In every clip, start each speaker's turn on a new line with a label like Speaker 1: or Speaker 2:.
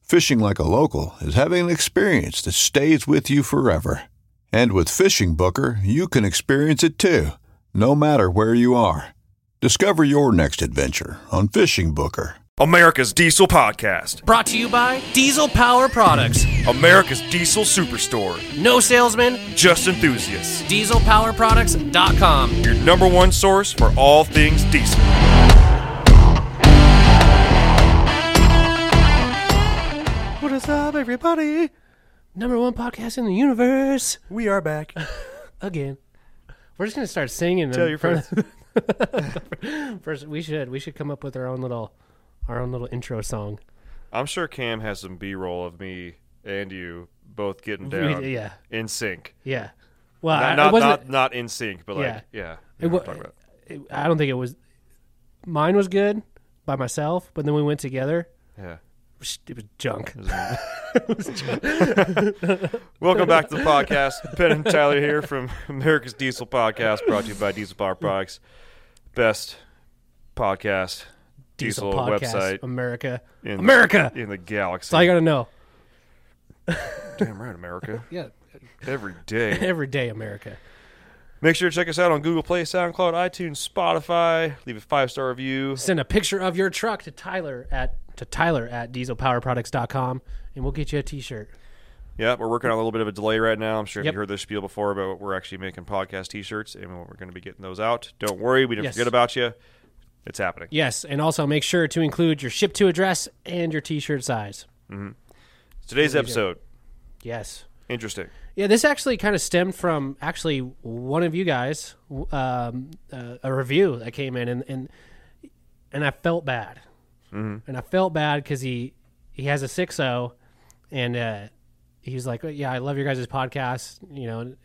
Speaker 1: Fishing like a local is having an experience that stays with you forever. And with Fishing Booker, you can experience it too, no matter where you are. Discover your next adventure on Fishing Booker.
Speaker 2: America's Diesel Podcast.
Speaker 3: Brought to you by Diesel Power Products.
Speaker 2: America's Diesel Superstore.
Speaker 3: No salesman,
Speaker 2: Just enthusiasts.
Speaker 3: dieselpowerproducts.com.
Speaker 2: Your number one source for all things diesel.
Speaker 4: What is up, everybody?
Speaker 3: Number one podcast in the universe.
Speaker 4: We are back.
Speaker 3: Again. We're just going to start singing.
Speaker 4: Tell
Speaker 3: in
Speaker 4: your
Speaker 3: front of- First, we should. We should come up with our own little, our own little intro song.
Speaker 2: I'm sure Cam has some B roll of me and you both getting
Speaker 3: We-
Speaker 2: down
Speaker 3: yeah.
Speaker 2: in sync.
Speaker 3: Yeah. Well, I,
Speaker 2: Not,
Speaker 3: it
Speaker 2: not,
Speaker 3: wasn't.
Speaker 2: not, not in sync, but like, yeah.
Speaker 3: It
Speaker 2: you know what
Speaker 3: wa-
Speaker 2: I'm talking about.
Speaker 3: it- I don't think it was. Mine was good by myself, but then we went together.
Speaker 2: Yeah.
Speaker 3: It was- It was junk.
Speaker 2: Welcome back to the podcast. Ben and Tyler here from America's Diesel Podcast, brought to you by Diesel Power Products. Best podcast, diesel,
Speaker 3: podcast,
Speaker 2: website
Speaker 3: America.
Speaker 2: in
Speaker 3: America.
Speaker 2: in the galaxy.
Speaker 3: That's all you gotta know.
Speaker 2: Damn right, America.
Speaker 3: Yeah.
Speaker 2: Every day.
Speaker 3: Every day, America.
Speaker 2: Make sure to check us out on Google Play, SoundCloud, iTunes, Spotify. Leave a five star review.
Speaker 3: Send a picture of your truck to Tyler at to Tyler at dieselpowerproducts.com and we'll get you a T-shirt.
Speaker 2: Yeah, we're working on a little bit of a delay right now. I'm sure
Speaker 3: Yep.
Speaker 2: you heard this spiel before, but we're actually making podcast T-shirts, and we're going to be getting those out. Don't worry, we didn't
Speaker 3: Yes.
Speaker 2: forget about you. It's happening.
Speaker 3: Yes, and also make sure to include your ship to address and your T-shirt size.
Speaker 2: Today's episode,
Speaker 3: Yes.
Speaker 2: interesting.
Speaker 3: Yeah, this actually kind of stemmed from actually one of you guys, w- um, uh, a review that came in, and and, and I felt bad, and I felt bad because he he has a six zero, and uh, he was like, "Yeah, I love your guys' podcast," you know, and,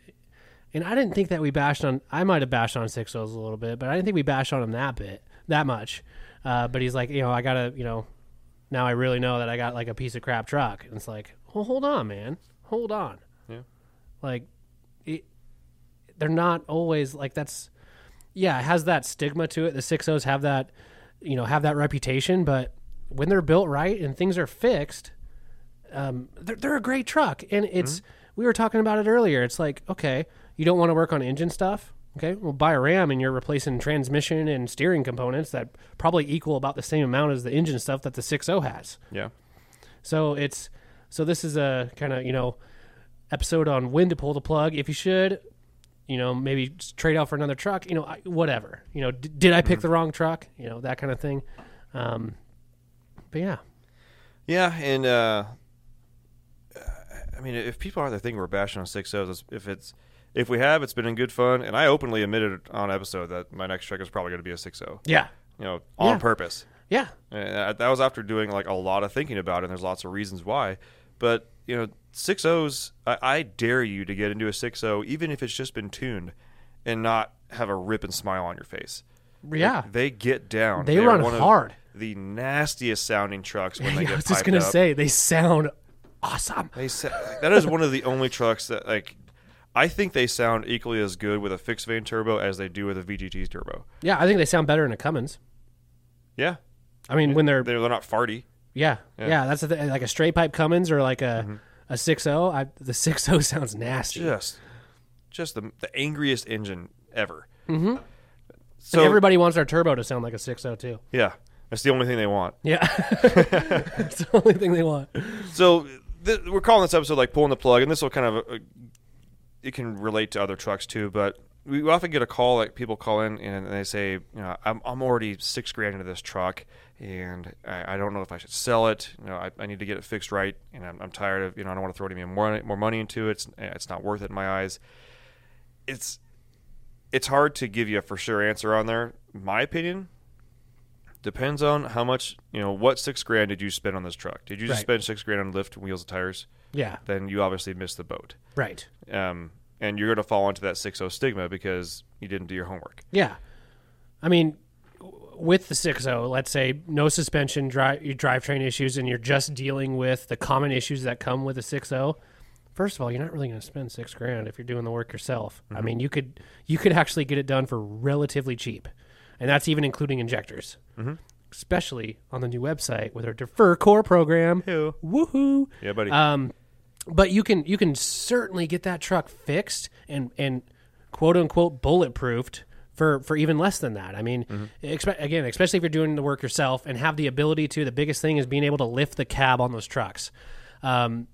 Speaker 3: and I didn't think that we bashed on. I might have bashed on six zeros a little bit, but I didn't think we bashed on him that bit that much. Uh, but he's like, you know, I gotta, you know, now I really know that I got like a piece of crap truck, and it's like, well, hold on, man, hold on like it, they're not always like that's yeah it has that stigma to it the six O's have that you know have that reputation but when they're built right and things are fixed um, they're, they're a great truck and it's we were talking about it earlier it's like okay you don't want to work on engine stuff okay well buy a ram and you're replacing transmission and steering components that probably equal about the same amount as the engine stuff that the 6.0 has
Speaker 2: Yeah,
Speaker 3: so it's so this is a kind of you know episode on when to pull the plug if you should, you know maybe just trade out for another truck, you know I, whatever. You know, d- did I pick
Speaker 2: Mm-hmm.
Speaker 3: the wrong truck? You know that kind of thing. Um, but yeah,
Speaker 2: yeah, and uh, I mean, if people aren't the thing we're bashing on six O's, if it's if we have, it's been in good fun. And I openly admitted on episode that my next track is probably going to be a six zero.
Speaker 3: yeah,
Speaker 2: You know, on
Speaker 3: Yeah.
Speaker 2: purpose.
Speaker 3: yeah,
Speaker 2: And I- that was after doing like a lot of thinking about it. and There's lots of reasons why, but you know, six O's. I, I dare you to get into a six O, even if it's just been tuned, and not have a rip and smile on your face.
Speaker 3: yeah.
Speaker 2: They get down.
Speaker 3: They
Speaker 2: They're
Speaker 3: run
Speaker 2: one of
Speaker 3: hard.
Speaker 2: the nastiest sounding trucks when they
Speaker 3: I
Speaker 2: get
Speaker 3: was just
Speaker 2: piped
Speaker 3: gonna
Speaker 2: up.
Speaker 3: say they sound awesome.
Speaker 2: They sa- that is one of the only trucks that like I think they sound equally as good with a fixed vane turbo as they do with a VGT turbo.
Speaker 3: Yeah, I think they sound better in a Cummins.
Speaker 2: Yeah,
Speaker 3: I mean, when they're
Speaker 2: they're, they're not farty.
Speaker 3: yeah, yeah, that's the th- like a straight pipe Cummins or like a
Speaker 2: Mm-hmm.
Speaker 3: a six zero. I the six zero sounds nasty.
Speaker 2: Just, just the the angriest engine ever.
Speaker 3: So
Speaker 2: So
Speaker 3: everybody wants our turbo to sound like a six zero too.
Speaker 2: yeah, that's the only thing they want.
Speaker 3: Yeah, it's the only thing they want.
Speaker 2: So th- we're calling this episode like pulling the plug, and this will kind of uh, it can relate to other trucks too. But we often get a call like people call in and they say, you know, I'm I'm already six grand into this truck, and I, I don't know if I should sell it. You know, I, I need to get it fixed right, and I'm, I'm tired of you know I don't want to throw any more more money into it. It's it's not worth it in my eyes. It's it's hard to give you a for sure answer on there. My opinion, depends on how much you know what six grand did you spend on this truck did you just
Speaker 3: Right.
Speaker 2: spend six grand on lift wheels and tires
Speaker 3: Yeah,
Speaker 2: then you obviously missed the boat
Speaker 3: right.
Speaker 2: um, and you're going to fall into that 6-0 stigma because you didn't do your homework
Speaker 3: Yeah, I mean, w- with the six zero, let's say no suspension, drive your drivetrain issues, and you're just dealing with the common issues that come with a six zero. First of all, you're not really going to spend six grand if you're doing the work yourself. I mean, you could you could actually get it done for relatively cheap, and that's even including injectors. Especially on the new website with our Defer Core program. Woohoo!
Speaker 2: yeah buddy
Speaker 3: Um, but you can you can certainly get that truck fixed and and quote unquote bulletproofed for for even less than that. I mean,
Speaker 2: Mm-hmm.
Speaker 3: expe- again, especially if you're doing the work yourself and have the ability to. The biggest thing is being able to lift the cab on those trucks. Um,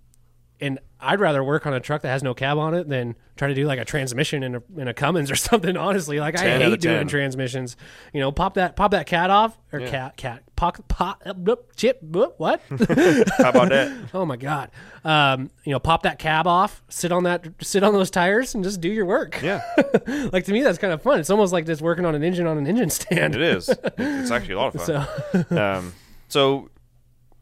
Speaker 3: and I'd rather work on a truck that has no cab on it than try to do like a transmission in a, in a Cummins or something. Honestly, like I
Speaker 2: 10 out of
Speaker 3: hate doing
Speaker 2: 10.
Speaker 3: transmissions. You know, pop that pop that cat off or cat cat pop pop uh, bloop, chip bloop, what?
Speaker 2: how about that
Speaker 3: Oh my god! Um, you know, pop that cab off, sit on that, sit on those tires, and just do your work.
Speaker 2: yeah
Speaker 3: like to me, that's kind of fun. It's almost like just working on an engine on an engine stand.
Speaker 2: it is it's actually a lot of fun um, so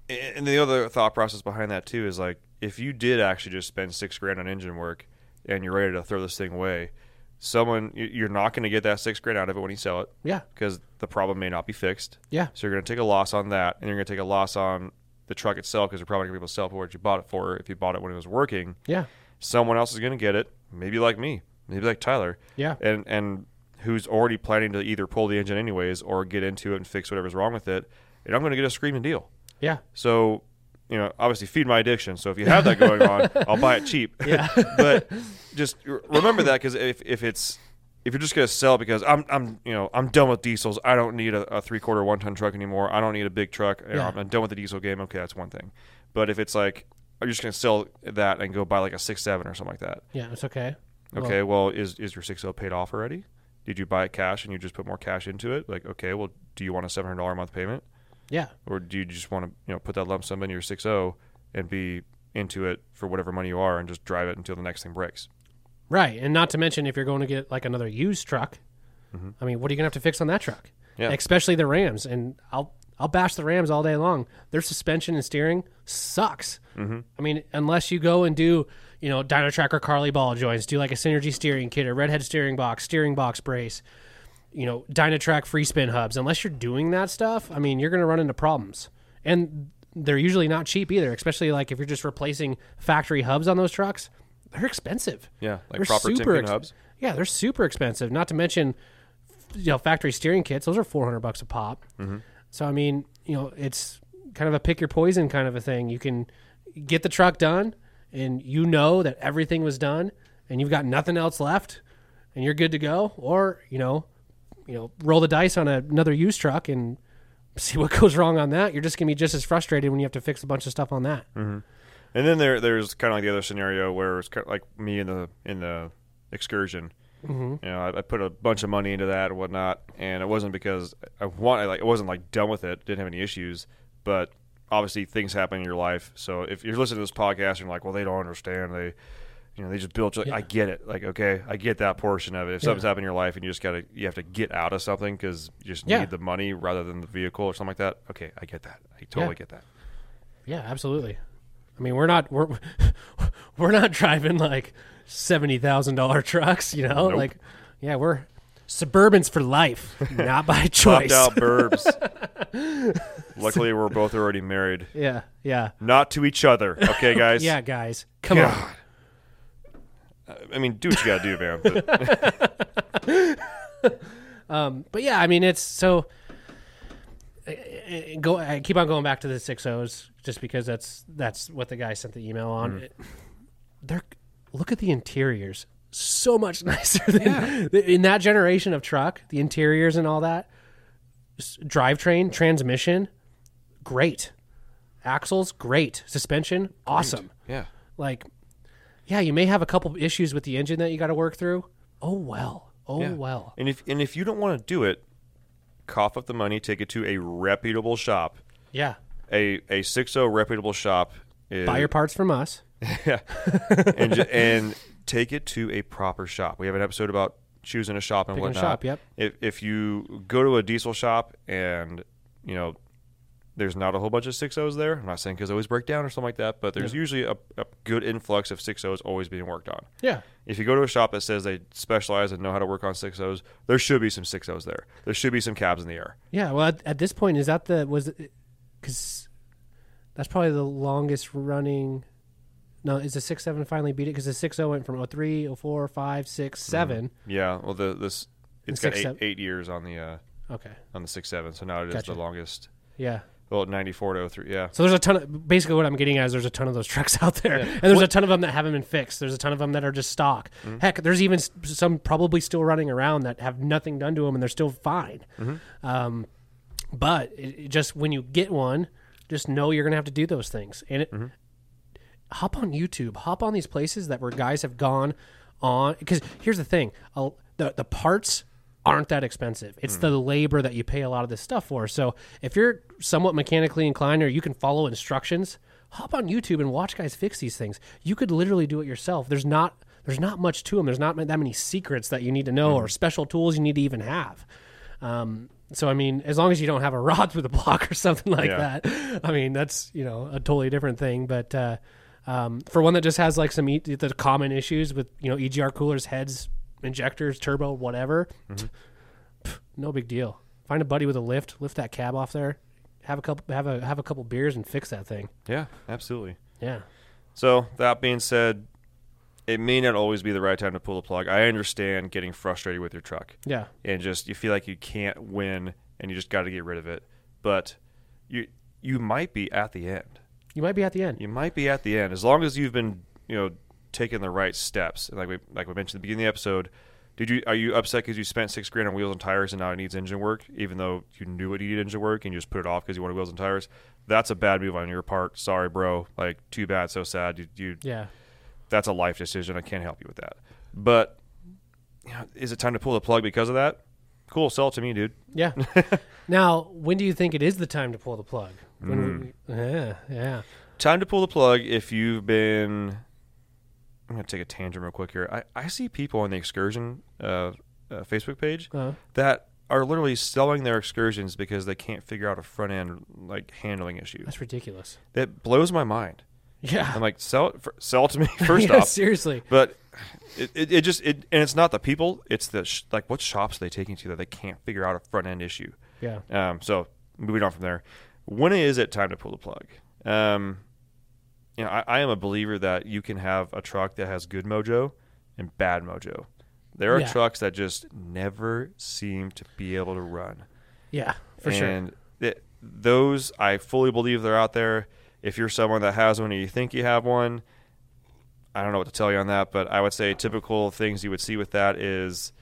Speaker 2: and the other thought process behind that too is like if you did actually just spend six grand on engine work and you're ready to throw this thing away someone you- you're not going to get that six grand out of it when you sell it
Speaker 3: Yeah,
Speaker 2: because the problem may not be fixed
Speaker 3: yeah,
Speaker 2: So you're going to take a loss on that, and you're going to take a loss on the truck itself because you're probably going to be able to sell it for what you bought it for. If you bought it when it was working,
Speaker 3: yeah,
Speaker 2: someone else is going to get it. Maybe like me, maybe like Tyler,
Speaker 3: yeah,
Speaker 2: and and who's already planning to either pull the engine anyways or get into it and fix whatever's wrong with it. And I'm going to get a screaming deal.
Speaker 3: yeah.
Speaker 2: So, you know, obviously feed my addiction. So if you have that going on, I'll buy it cheap. but just r- remember that because if, if it's if you're just gonna sell because I'm I'm you know I'm done with diesels. I don't need a, a three quarter one ton truck anymore. I don't need a big truck. You know,
Speaker 3: Yeah.
Speaker 2: I'm, I'm done with the diesel game. Okay, that's one thing. But if it's like I'm just gonna sell that and go buy like a six seven or something like that.
Speaker 3: Yeah, it's okay.
Speaker 2: Okay, well, is is your six zero paid off already? Did you buy it cash and you just put more cash into it? Like, okay, well, do you want a seven hundred dollar a month payment?
Speaker 3: Yeah,
Speaker 2: or do you just want to you know put that lump sum in your 6-0 and be into it for whatever money you are and just drive it until the next thing breaks
Speaker 3: right. And not to mention, if you're going to get like another used truck, I mean, what are you gonna have to fix on that truck?
Speaker 2: Yeah.
Speaker 3: Especially the Rams, and I'll I'll bash the Rams all day long. Their suspension and steering sucks. Mm-hmm. I mean, unless you go and do you know Dyno Tracker Carly Ball joints, do like a Synergy steering kit or Redhead steering box, steering box brace, you know Dynatrack free spin hubs. Unless you're doing that stuff, I mean, you're going to run into problems, and they're usually not cheap either. Especially like if you're just replacing factory hubs on those trucks, they're expensive.
Speaker 2: Yeah, like
Speaker 3: They're
Speaker 2: proper tin
Speaker 3: super
Speaker 2: can
Speaker 3: ex-
Speaker 2: hubs.
Speaker 3: Yeah, they're super expensive. Not to mention you know factory steering kits those are 400 bucks a pop so i mean you know it's kind of a pick your poison kind of a thing you can get the truck done and you know that everything was done and you've got nothing else left and you're good to go or you know you know roll the dice on another used truck and see what goes wrong on that you're just going to be just as frustrated when you have to fix a bunch of stuff on that
Speaker 2: and then there there's kind of like the other scenario where it's kind of like me in the in the excursion you know I, I put a bunch of money into that and whatnot and it wasn't because i want I like it wasn't like done with it didn't have any issues but obviously things happen in your life so if you're listening to this podcast and you're like well they don't understand they you know they just built like, i get it like okay i get that portion of it if something's happened in your life and you just gotta you have to get out of something because you just
Speaker 3: Yeah.
Speaker 2: need the money rather than the vehicle or something like that okay i get that i totally get that
Speaker 3: Yeah, absolutely. I mean, we're not we're we're not driving like seventy thousand dollar trucks, you know.
Speaker 2: Nope.
Speaker 3: Like, yeah, we're Suburbans for life, not by
Speaker 2: popped
Speaker 3: choice.
Speaker 2: out burbs. Luckily, we're both already married.
Speaker 3: Yeah, yeah,
Speaker 2: Not to each other, okay, guys.
Speaker 3: yeah, guys, come on.
Speaker 2: I mean, do what you gotta do, man. But
Speaker 3: But yeah, I mean, it's so. I- I- I Go. I keep on going back to the six O's just because that's that's what the guy sent the email on. They're look at the interiors. So much nicer than in that generation of truck. The interiors and all that, S- drivetrain, transmission, great. Axles, great. Suspension, awesome.
Speaker 2: yeah,
Speaker 3: Like, yeah, you may have a couple issues with the engine that you got to work through. Oh well. Oh
Speaker 2: yeah.
Speaker 3: well.
Speaker 2: And if and if you don't want to do it, cough up the money, take it to a reputable shop,
Speaker 3: Yeah.
Speaker 2: a a six zero reputable shop. Is,
Speaker 3: Buy your parts from us.
Speaker 2: and, ju- and take it to a proper shop. We have an episode about choosing a shop and
Speaker 3: Picking a
Speaker 2: whatnot.
Speaker 3: shop, yep.
Speaker 2: If if you go to a diesel shop and you know there's not a whole bunch of six O's there. I'm not saying because they always break down or something like that, but there's usually a, a good influx of six O's always being worked on.
Speaker 3: Yeah.
Speaker 2: If you go to a shop that says they specialize and know how to work on six O's, there should be some six O's there. There should be some cabs in the air.
Speaker 3: Yeah. Well, at, at this point, is that the was because that's probably the longest running. No, is the six seven finally beat it? Because the six zero went from 03, 04, 5, 6, 7.
Speaker 2: Yeah. Well, the this it's got
Speaker 3: six,
Speaker 2: eight,
Speaker 3: seven.
Speaker 2: eight years on the uh,
Speaker 3: Okay.
Speaker 2: on the six seven, so now it is
Speaker 3: Gotcha.
Speaker 2: the longest.
Speaker 3: Yeah.
Speaker 2: Well, ninety four to 03, yeah.
Speaker 3: So there's a ton of basically what I'm getting at is there's a ton of those trucks out there, and there's a ton of them that haven't been fixed. There's a ton of them that are just stock. Heck, there's even s- some probably still running around that have nothing done to them and they're still fine. Um, but it, it just when you get one, just know you're gonna have to do those things. And it, hop on YouTube, hop on these places that where guys have gone on. Because here's the thing: i the the parts aren't that expensive. It's the labor that you pay a lot of this stuff for. So if you're somewhat mechanically inclined or you can follow instructions, hop on YouTube and watch guys fix these things. You could literally do it yourself. There's not there's not much to them. There's not that many secrets that you need to know or special tools you need to even have. Um, so I mean, as long as you don't have a rod through the block or something like
Speaker 2: Yeah.
Speaker 3: that, I mean that's you know a totally different thing. But uh, um, for one that just has like some e- the common issues with you know EGR coolers, heads, injectors, turbo, whatever, pff, no big deal. Find a buddy with a lift, lift that cab off there, have a couple have a have a couple beers and fix that thing.
Speaker 2: Yeah, absolutely.
Speaker 3: Yeah,
Speaker 2: So that being said, it may not always be the right time to pull the plug. I understand getting frustrated with your truck
Speaker 3: yeah,
Speaker 2: and just you feel like you can't win and you just got to get rid of it. But you you might be at the end.
Speaker 3: you might be at the end.
Speaker 2: You might be at the end as long as you've been you know taking the right steps. And like we like we mentioned at the beginning of the episode. Did you are you upset because you spent six grand on wheels and tires and now it needs engine work, even though you knew it needed engine work and you just put it off because you wanted wheels and tires? That's a bad move on your part. Sorry, bro. Like too bad, so sad. You, you
Speaker 3: Yeah,
Speaker 2: that's a life decision. I can't help you with that. But you know, is it time to pull the plug because of that? Cool, sell it to me, dude.
Speaker 3: yeah. now, when do you think it is the time to pull the plug? When we, yeah, yeah.
Speaker 2: Time to pull the plug if you've been. I'm gonna take a tangent real quick here. I, I see people on the excursion uh, uh, Facebook page
Speaker 3: Uh-huh.
Speaker 2: that are literally selling their excursions because they can't figure out a front end like handling issue.
Speaker 3: That's ridiculous.
Speaker 2: That blows my mind.
Speaker 3: Yeah.
Speaker 2: I'm like, sell it, for, sell it to me first off.
Speaker 3: seriously.
Speaker 2: but it, it, it just it and it's not the people it's the sh- like what shops are they taking to that they can't figure out a front end issue
Speaker 3: Yeah.
Speaker 2: um, so moving on from there when is it time to pull the plug um, you know I, I am a believer that you can have a truck that has good mojo and bad mojo there are
Speaker 3: Yeah.
Speaker 2: trucks that just never seem to be able to run
Speaker 3: Yeah, for sure.
Speaker 2: and th- those, I fully believe they're out there. If you're someone that has one or you think you have one, I don't know what to tell you on that, but I would say typical things you would see with that is,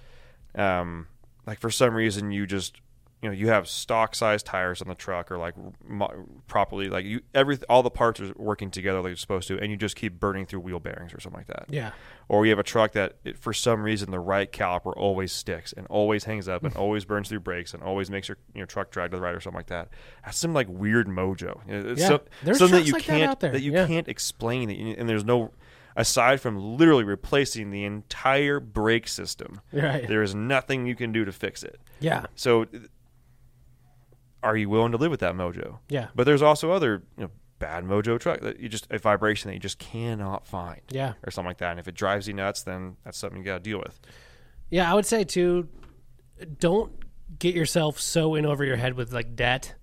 Speaker 2: um, like for some reason you just, you know, you have stock size tires on the truck or like mo- properly, like you every all the parts are working together like you're supposed to, and you just keep burning through wheel bearings or something like that
Speaker 3: Yeah.
Speaker 2: or you have a truck that it, for some reason the right caliper always sticks and always hangs up
Speaker 3: Hmm.
Speaker 2: and always burns through brakes and always makes your, your truck drag to the right or something like that. That's some like weird mojo. You know, It's
Speaker 3: Yeah,
Speaker 2: some-
Speaker 3: there's
Speaker 2: something that
Speaker 3: trucks
Speaker 2: you
Speaker 3: like that
Speaker 2: can't
Speaker 3: out there,
Speaker 2: you
Speaker 3: yeah.
Speaker 2: can't explain that you- and there's no aside from literally replacing the entire brake system.
Speaker 3: Right.
Speaker 2: There is nothing you can do to fix it.
Speaker 3: Yeah.
Speaker 2: So, th- are you willing to live with that mojo?
Speaker 3: Yeah.
Speaker 2: But there's also other you know, bad mojo truck that you just a vibration that you just cannot find.
Speaker 3: Yeah.
Speaker 2: Or something like that. And if it drives you nuts, then that's something you got to deal with.
Speaker 3: Yeah, I would say too don't get yourself so in over your head with like debt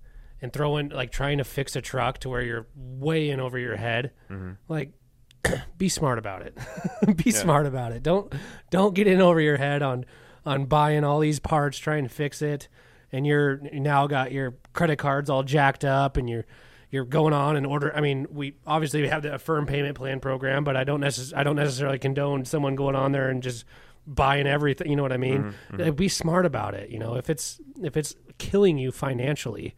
Speaker 2: Mm-hmm.
Speaker 3: and throwing like trying to fix a truck to where you're way in over your head. Like be smart about it. be smart about it. Don't don't get in over your head on on buying all these parts, trying to fix it, and you're you now got your credit cards all jacked up, and you're you're going on and order. I mean, we obviously we have the firm payment plan program, but I don't necess- I don't necessarily condone someone going on there and just buying everything. You know what I mean?
Speaker 2: Mm-hmm,
Speaker 3: Uh, Be smart about it. You know, if it's if it's killing you financially.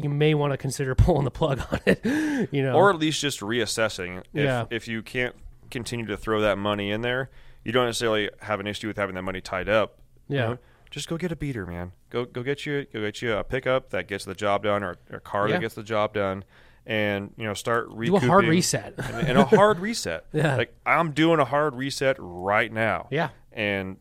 Speaker 3: You may want to consider pulling the plug on it, you know.
Speaker 2: or at least just reassessing. If,
Speaker 3: Uh-huh. Yeah.
Speaker 2: if you can't continue to throw that money in there, you don't necessarily have an issue with having that money tied up. you
Speaker 3: Yeah.
Speaker 2: know? Just go get a beater, man. Go go get you go get you a pickup that gets the job done, or, or a car
Speaker 3: Yeah.
Speaker 2: that gets the job done, and you know start
Speaker 3: do a hard
Speaker 2: recouping
Speaker 3: reset.
Speaker 2: and, and a hard reset.
Speaker 3: Yeah.
Speaker 2: Like I'm doing a hard reset right now.
Speaker 3: Yeah.
Speaker 2: and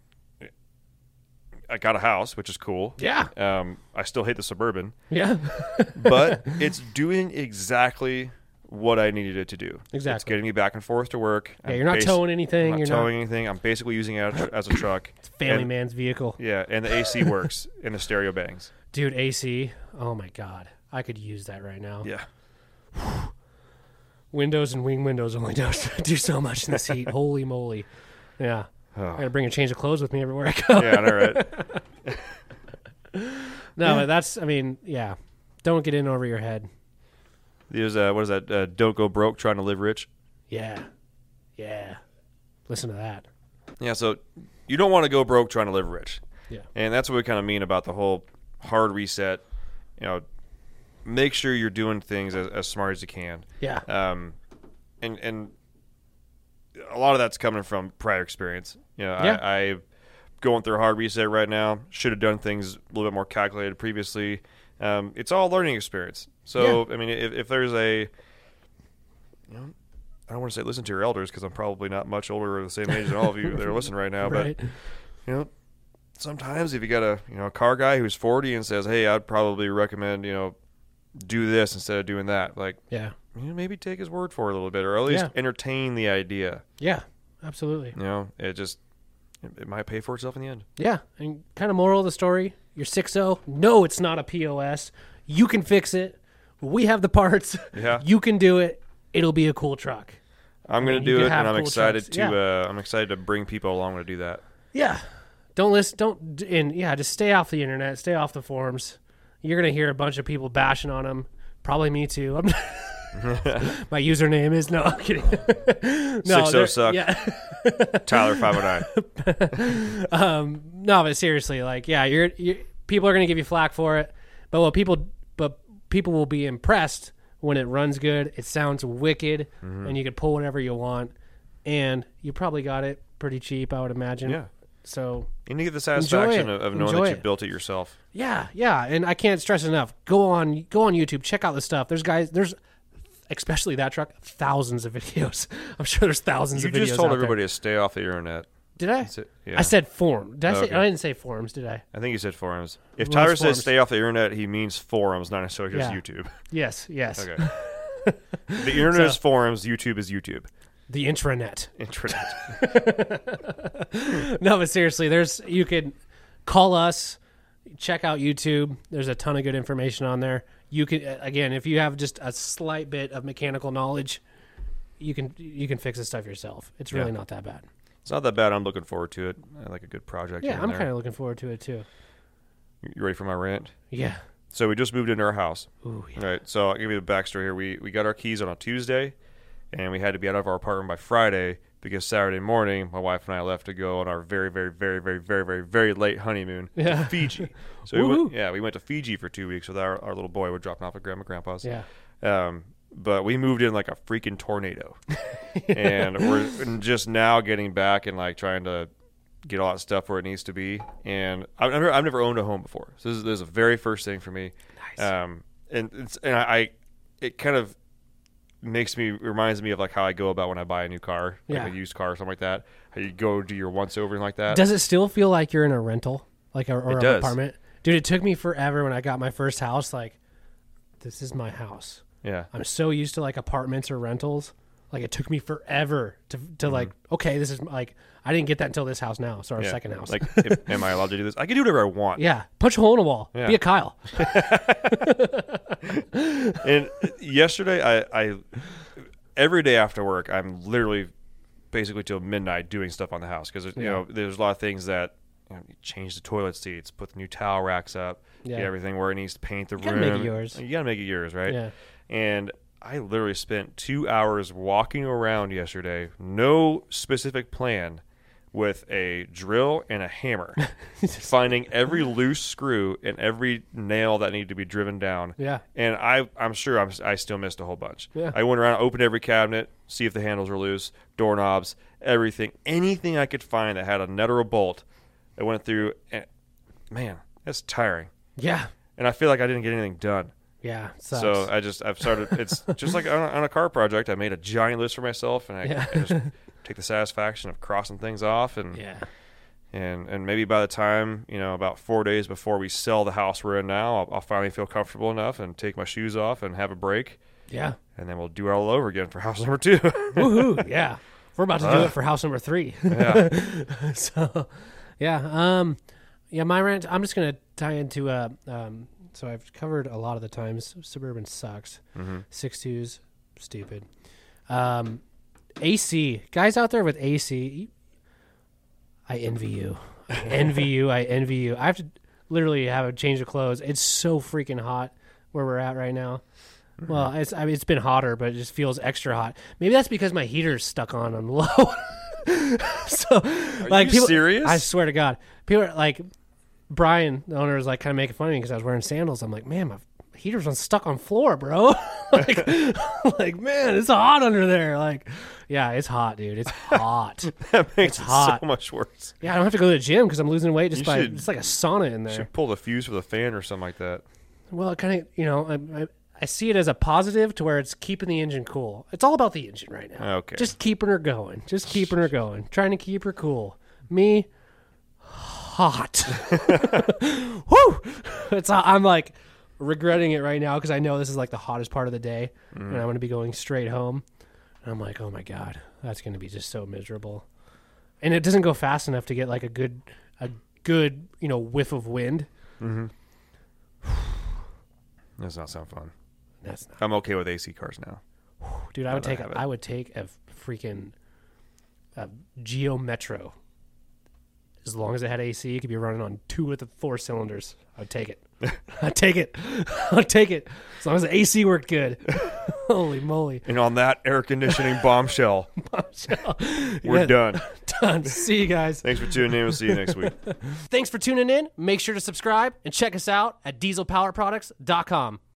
Speaker 2: I got a house, which is cool.
Speaker 3: Yeah.
Speaker 2: um, I still hate the suburban,
Speaker 3: yeah.
Speaker 2: but it's doing exactly what I needed it to do. It's
Speaker 3: Exactly.
Speaker 2: getting me back and forth to work.
Speaker 3: Yeah, you're not towing anything,
Speaker 2: I'm not
Speaker 3: you're not-
Speaker 2: towing anything. I'm basically using it as a- as a truck.
Speaker 3: Family
Speaker 2: and,
Speaker 3: man's vehicle.
Speaker 2: Yeah, and the AC works and the stereo bangs.
Speaker 3: Dude, AC. Oh my god. I could use that right now.
Speaker 2: Yeah.
Speaker 3: Windows and wing windows only does do so much in this heat. Holy moly. Yeah. I gotta bring a change of clothes with me everywhere I go.
Speaker 2: Yeah, I know, right?
Speaker 3: No, but that's I mean, yeah. Don't get in over your head.
Speaker 2: There's uh, what is that? Uh, don't go broke trying to live rich.
Speaker 3: Yeah. Yeah. Listen to that.
Speaker 2: Yeah, so you don't want to go broke trying to live rich.
Speaker 3: Yeah.
Speaker 2: And that's what we kind of mean about the whole hard reset. You know, make sure you're doing things as, as smart as you can.
Speaker 3: Yeah.
Speaker 2: Um, and and a lot of that's coming from prior experience. You know,
Speaker 3: Yeah.
Speaker 2: I, I going through a hard reset right now. Should have done things a little bit more calculated previously. Um, it's all a learning experience. So I mean, if, if there's a, you know, I don't want to say listen to your elders because I'm probably not much older or the same age as all of you that are listening right now.
Speaker 3: right.
Speaker 2: But you know, sometimes if you got a you know a car guy who's 40 and says, "Hey, I'd probably recommend you know do this instead of doing that," like
Speaker 3: Yeah.
Speaker 2: you know, maybe take his word for it a little bit, or at least
Speaker 3: Yeah.
Speaker 2: entertain the idea.
Speaker 3: Yeah. Absolutely.
Speaker 2: You know, it just it, it might pay for itself in the end.
Speaker 3: Yeah, and kind of moral of the story: you're six zero. No, it's not a POS. You can fix it. We have the parts.
Speaker 2: Yeah.
Speaker 3: you can do it. It'll be a cool truck.
Speaker 2: I'm gonna
Speaker 3: mean, you
Speaker 2: do
Speaker 3: could
Speaker 2: it,
Speaker 3: have
Speaker 2: and I'm
Speaker 3: cool
Speaker 2: excited
Speaker 3: trucks.
Speaker 2: to.
Speaker 3: Yeah.
Speaker 2: Uh, I'm excited to bring people along to do that.
Speaker 3: Yeah, don't listen. Don't d- and yeah, just stay off the internet. Stay off the forums. You're gonna hear a bunch of people bashing on them. Probably me too. I'm my username is no. I'm kidding. no,
Speaker 2: 6-0
Speaker 3: they're-
Speaker 2: suck.
Speaker 3: Yeah.
Speaker 2: Tyler 509.
Speaker 3: No, but seriously, like, yeah, you're, you people are gonna give you flack for it, but what people, but people will be impressed when it runs good. It sounds wicked,
Speaker 2: Mm-hmm.
Speaker 3: and you can pull whatever you want, and you probably got it pretty cheap, I would imagine.
Speaker 2: Yeah.
Speaker 3: So
Speaker 2: and you get the satisfaction
Speaker 3: it.
Speaker 2: of, of knowing
Speaker 3: Enjoy
Speaker 2: that you
Speaker 3: it.
Speaker 2: built it yourself.
Speaker 3: yeah, yeah, and I can't stress enough. Go on, go on YouTube, check out the stuff. There's guys, there's especially that truck, thousands of videos. I'm sure there's thousands
Speaker 2: You
Speaker 3: of videos.
Speaker 2: just told
Speaker 3: out there.
Speaker 2: everybody to stay off the internet.
Speaker 3: Did I?
Speaker 2: That's it, yeah. Oh,
Speaker 3: I said form. Did I say?
Speaker 2: okay.
Speaker 3: I didn't say forums. Did I?
Speaker 2: I think you said forums. If
Speaker 3: Rules
Speaker 2: Tyler
Speaker 3: forums.
Speaker 2: says stay off the internet, he means forums, not necessarily just
Speaker 3: Yeah.
Speaker 2: YouTube.
Speaker 3: Yes. Yes.
Speaker 2: Okay. the internet is forums. YouTube is YouTube.
Speaker 3: The intranet.
Speaker 2: Internet.
Speaker 3: No, but seriously, there's you could call us, check out YouTube. There's a ton of good information on there. You can again, if you have just a slight bit of mechanical knowledge, you can you can fix this stuff yourself. It's really not that bad.
Speaker 2: It's not that bad. I'm looking forward to it. I like a good project.
Speaker 3: Yeah,
Speaker 2: here
Speaker 3: I'm
Speaker 2: and
Speaker 3: kind of looking forward to it too.
Speaker 2: there. You ready for my rant?
Speaker 3: Yeah.
Speaker 2: So we just moved into our house.
Speaker 3: Ooh, yeah.
Speaker 2: All right. So I'll give you the backstory here. We we got our keys on a Tuesday, and we had to be out of our apartment by Friday because Saturday morning my wife and I left to go on our very very very very very very very late honeymoon
Speaker 3: Yeah.
Speaker 2: to Fiji. So we went,
Speaker 3: Woohoo.
Speaker 2: yeah, we went to Fiji for two weeks with our, our little boy. We're dropping off at grandma and grandpa's.
Speaker 3: Yeah.
Speaker 2: Um, but we moved in like a freaking tornado, and we're just now getting back and like trying to get all that stuff where it needs to be. And I've never, I've never owned a home before, so this is, this is the very first thing for me. Nice. Um, and it's, and I, I, it kind of makes me reminds me of like how I go about when I buy a new car, like
Speaker 3: Yeah.
Speaker 2: a used car or something like that. How you go do your once over and like that.
Speaker 3: Does it still feel like you're in a rental, like a, or an
Speaker 2: does.
Speaker 3: apartment? Dude, it took me forever when I got my first house. Like, this is my house.
Speaker 2: yeah.
Speaker 3: I'm so used to like apartments or rentals. Like it took me forever to to like okay, this is like I didn't get that until this house now. So our
Speaker 2: Mm-hmm. Yeah.
Speaker 3: second house.
Speaker 2: Like, am- am I allowed to do this? I can do whatever I want.
Speaker 3: yeah, punch a hole in a wall.
Speaker 2: Yeah.
Speaker 3: Be a Kyle.
Speaker 2: And yesterday, I, I every day after work, I'm literally basically till midnight doing stuff on the house because you know there's a lot of things that you know, you change the toilet seats, put the new towel racks up,
Speaker 3: Yeah.
Speaker 2: get everything where it needs to paint the
Speaker 3: gotta
Speaker 2: room.
Speaker 3: make it yours.
Speaker 2: You gotta make it yours, right?
Speaker 3: Yeah.
Speaker 2: And I literally spent two hours walking around yesterday, no specific plan, with a drill and a hammer, finding every loose screw and every nail that needed to be driven down.
Speaker 3: Yeah.
Speaker 2: And I, I'm sure I'm, I still missed a whole bunch.
Speaker 3: Yeah.
Speaker 2: I went around, opened every cabinet, see if the handles were loose, doorknobs, everything, anything I could find that had a nut or a bolt. I went through, and man, that's tiring.
Speaker 3: Yeah.
Speaker 2: And I feel like I didn't get anything done.
Speaker 3: Yeah. it Sucks.
Speaker 2: So uh, I just I've started. It's just like on a, on a car project. I made a giant list for myself, and I,
Speaker 3: Yeah.
Speaker 2: I just take the satisfaction of crossing things off, and
Speaker 3: yeah.
Speaker 2: and and maybe by the time you know about four days before we sell the house we're in now, I'll, I'll finally feel comfortable enough and take my shoes off and have a break,
Speaker 3: Yeah.
Speaker 2: and then we'll do it all over again for house number two.
Speaker 3: Woohoo! Yeah, we're about to do it for house number three. so, yeah, um, yeah. My rant. I'm just gonna tie into. Uh, um, so I've covered a lot of the times. Suburban sucks.
Speaker 2: Mm-hmm.
Speaker 3: Six twos, stupid. Um, AC guys out there with AC. you- I envy you. I envy you. I envy you. I have to literally have a change of clothes. It's so freaking hot where we're at right now. Well, it's I mean, it's been hotter, but it just feels extra hot. Maybe that's because my heater's stuck on on low. so, like,
Speaker 2: you
Speaker 3: people,
Speaker 2: serious?
Speaker 3: I swear to God, people are like, Brian, the owner, was like kind of making fun of me because I was wearing sandals. I'm like, man, my heater's on stuck on floor, bro. like, like, man, it's hot under there. Like, yeah, it's hot, dude. It's hot.
Speaker 2: that makes
Speaker 3: It's hot.
Speaker 2: it so much worse.
Speaker 3: yeah, I don't have to go to the gym because I'm losing weight just
Speaker 2: You
Speaker 3: by
Speaker 2: should-
Speaker 3: it's like a sauna in there.
Speaker 2: Should pull the fuse for the fan or something like that.
Speaker 3: Well, it kind of, you know, I, I, I see it as a positive to where it's keeping the engine cool. It's all about the engine right now.
Speaker 2: Okay.
Speaker 3: Just keeping her going. Just keeping her going. Trying to keep her cool. Me, hot. Woo! It's, I'm like regretting it right now because I know this is like the hottest part of the day and I'm going to be going straight home. And I'm like, oh my God, that's going to be just so miserable. And it doesn't go fast enough to get like a good, a good, you know, whiff of wind.
Speaker 2: That's not sound fun.
Speaker 3: That's not.
Speaker 2: I'm okay with AC cars now.
Speaker 3: Dude, I would
Speaker 2: Rather
Speaker 3: take
Speaker 2: have
Speaker 3: a,
Speaker 2: it.
Speaker 3: I would take a freaking a Geo Metro. As long as it had AC, it could be running on two of the four cylinders. I'd take it. I'd take it. I'd take it. As long as the AC worked good. Holy moly.
Speaker 2: And on that air conditioning bombshell, we're
Speaker 3: Yeah.
Speaker 2: done.
Speaker 3: Done. See you guys.
Speaker 2: Thanks for tuning in. We'll see you next week.
Speaker 3: Thanks for tuning in. Make sure to subscribe and check us out at dieselpowerproducts.com.